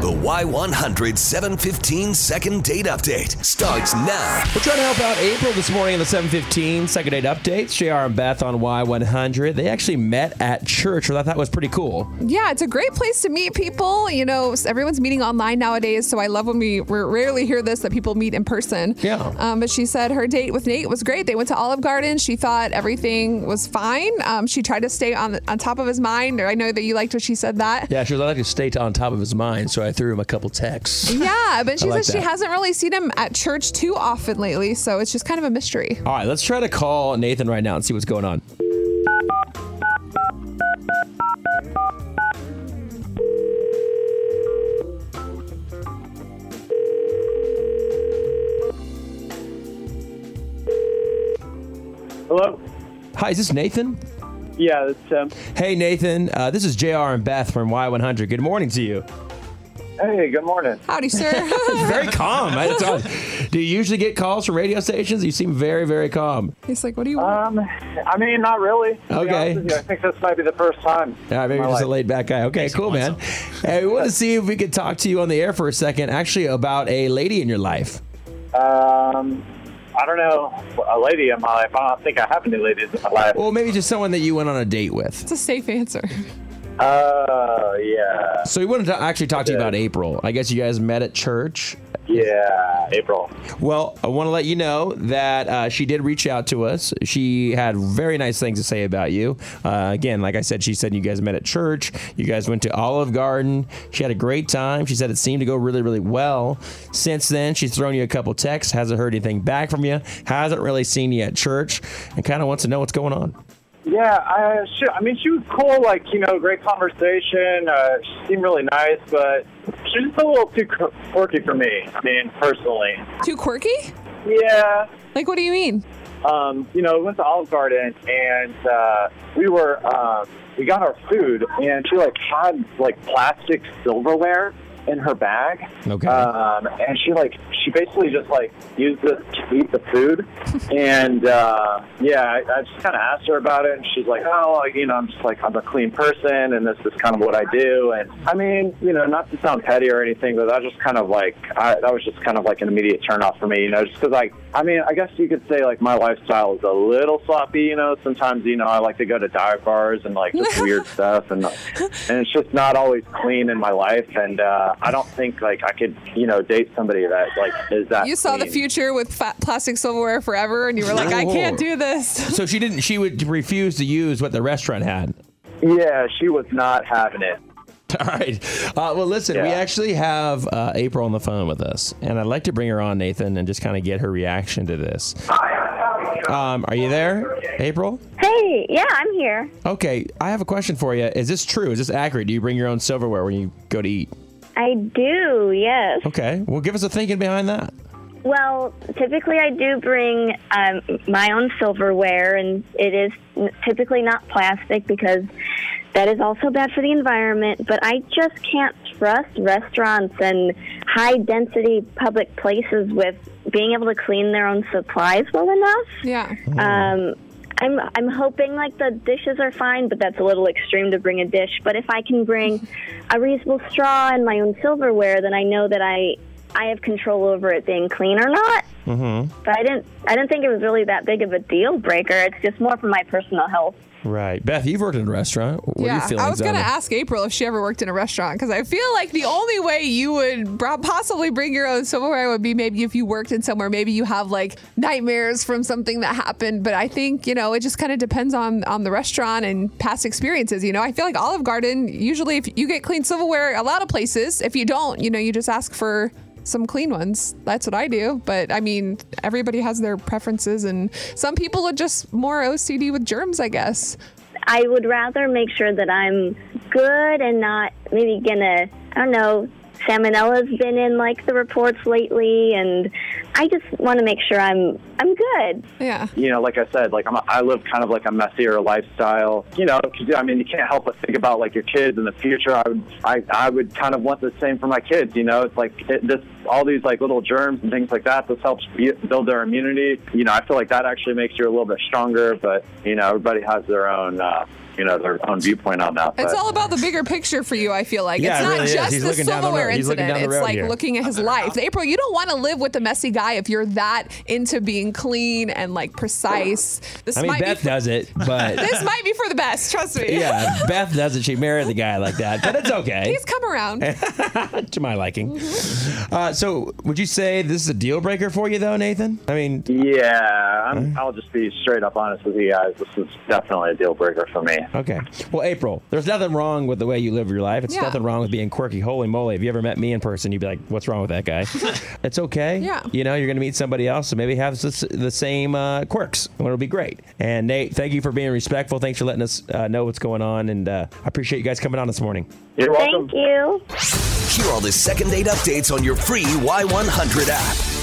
The Y100 715 second date update starts now. We're trying to help out April this morning in the 715 second date updates. JR and Beth on Y100. They actually met at church, which I thought was pretty cool. Yeah, it's a great place to meet people. You know, s- everyone's meeting online nowadays, so I love when we we rarely hear this that people meet in person. Yeah. Um, but she said her date with Nate was great. They went to Olive Garden. She thought everything was fine. Um, she tried to stay on on top of his mind. I know that you liked what she said that. Yeah, she was like to stay on top of his mind, so I threw him a couple texts. Yeah, but she like says she that. hasn't really seen him at church too often lately, so it's just kind of a mystery. All right, let's try to call Nathan right now and see what's going on. Hello. Hi, is this Nathan? Yeah, it's um. Hey, Nathan. Uh, this is JR and Beth from Y100. Good morning to you. Hey, good morning. Howdy, sir. Very calm. I thought- Do you usually get calls from radio stations? You seem very, very calm. He's like, what do you want? Um, I mean, not really. to be Okay. honest with you. I think this might be the first time. All right, maybe in you're my just a life. laid back guy. Okay, cool, man. Hey, we want to see if we could talk to you on the air for a second, actually, about a lady in your life. Um, I don't know a lady in my life. I don't think I have any ladies in my life. Well, maybe just someone that you went on a date with. It's a safe answer. Uh, yeah, So we wanted to actually talk to you about April. I guess you guys met at church. yeah, April. Well, I want to let you know that uh, she did reach out to us. She had very nice things to say about you. Uh, again, like I said, she said you guys met at church. You guys went to Olive Garden. She had a great time. She said it seemed to go really, really well. Since then, she's thrown you a couple texts, hasn't heard anything back from you, hasn't really seen you at church, and kind of wants to know what's going on. Yeah, I, she, I mean, she was cool. Like, you know, great conversation. Uh, she seemed really nice, but she's just a little too quir- quirky for me. I mean, personally. Too quirky? Yeah, Like, what do you mean? um, you know, we went to Olive Garden and uh, we were um, we got our food and she like had like plastic silverware in her bag. Okay. Um, and she like she basically just like used this to eat the food. and uh, yeah, I, I just kind of asked her about it and she's like, oh, like, you know, I'm just like I'm a clean person and this is kind of what I do. And I mean, you know, not to sound petty or anything, but that just kind of like I, that was just kind of like an immediate turnoff for me, you know, just because like I mean, I guess you could say like my lifestyle is a little sloppy, you know. Sometimes you know I like to go to dive bars and like just weird stuff, and and it's just not always clean in my life. And uh, I don't think like I could you know date somebody that like is that. You saw the clean. future with fa- plastic silverware forever, and you were like, I can't do this. So she didn't. She would refuse to use what the restaurant had. Yeah, she was not having it. All right. Uh, well, listen, we Yeah. actually have uh, April on the phone with us, and I'd like to bring her on, Nathan, and just kind of get her reaction to this. Um, are you there, April? Hey, yeah, I'm here. Okay, I have a question for you. Is this true? Is this accurate? Do you bring your own silverware when you go to eat? I do, yes. Okay, well, give us the thinking behind that. Well, typically I do bring um, my own silverware, and it is n- typically not plastic because that is also bad for the environment. But I just can't trust restaurants and high density public places with being able to clean their own supplies well enough. Yeah. Um, I'm I'm hoping like the dishes are fine, but that's a little extreme to bring a dish. But if I can bring a reusable straw and my own silverware, then I know that I I have control over it being clean or not. Mm-hmm. But I didn't I didn't think it was really that big of a deal breaker. It's just more for my personal health. Right. Beth, you've worked in a restaurant. What are yeah. your feelings I was going on to it? ask April if she ever worked in a restaurant because I feel like the only way you would bro- possibly bring your own silverware would be maybe if you worked in somewhere, maybe you have like nightmares from something that happened. But I think, you know, it just kind of depends on, on the restaurant and past experiences. You know, I feel like Olive Garden, usually if you get clean silverware, a lot of places, if you don't, you know, you just ask for some clean ones. That's what I do. But I mean, everybody has their preferences, and some people are just more OCD with germs, I guess. I would rather make sure that I'm good and not maybe gonna, I don't know, salmonella's been in like the reports lately and I just want to make sure I'm I'm good. Yeah. you know, like I said, like I'm a, I live kind of like a messier lifestyle. You know, 'cause, I mean, you can't help but think about like your kids in the future. I would, I, I would kind of want the same for my kids. You know, it's like it, this, all these like little germs and things like that. This helps be, build their immunity. You know, I feel like that actually makes you a little bit stronger. But you know, everybody has their own, uh, you know their own viewpoint on that. It's but- all about the bigger picture for you, I feel like. Yeah, it's it not really is. just He's the looking down the silverware road. He's looking incident. down the It's road like here. looking at his life. April, you don't want to live with the messy guy if you're that into being clean and like precise. This I mean, might Beth be does it, but this might be for the best, trust me. yeah, Beth does it. She married the guy like that, but it's okay He's come around. to my liking. Uh, so, would you say this is a deal breaker for you, though, Nathan? I mean, Yeah, I'm, I'll just be straight up honest with you guys. This is definitely a deal breaker for me. Okay. Well, April, there's nothing wrong with the way you live your life. It's Yeah. nothing wrong with being quirky. Holy moly. If you ever met me in person, you'd be like, what's wrong with that guy? it's okay. Yeah. You know, you're going to meet somebody else so maybe have this, the same uh, quirks. and It'll be great. And Nate, thank you for being respectful. Thanks for letting us uh, know what's going on. And uh, I appreciate you guys coming on this morning. You're welcome. Thank you. Hear all the second date updates on your free Y100 app.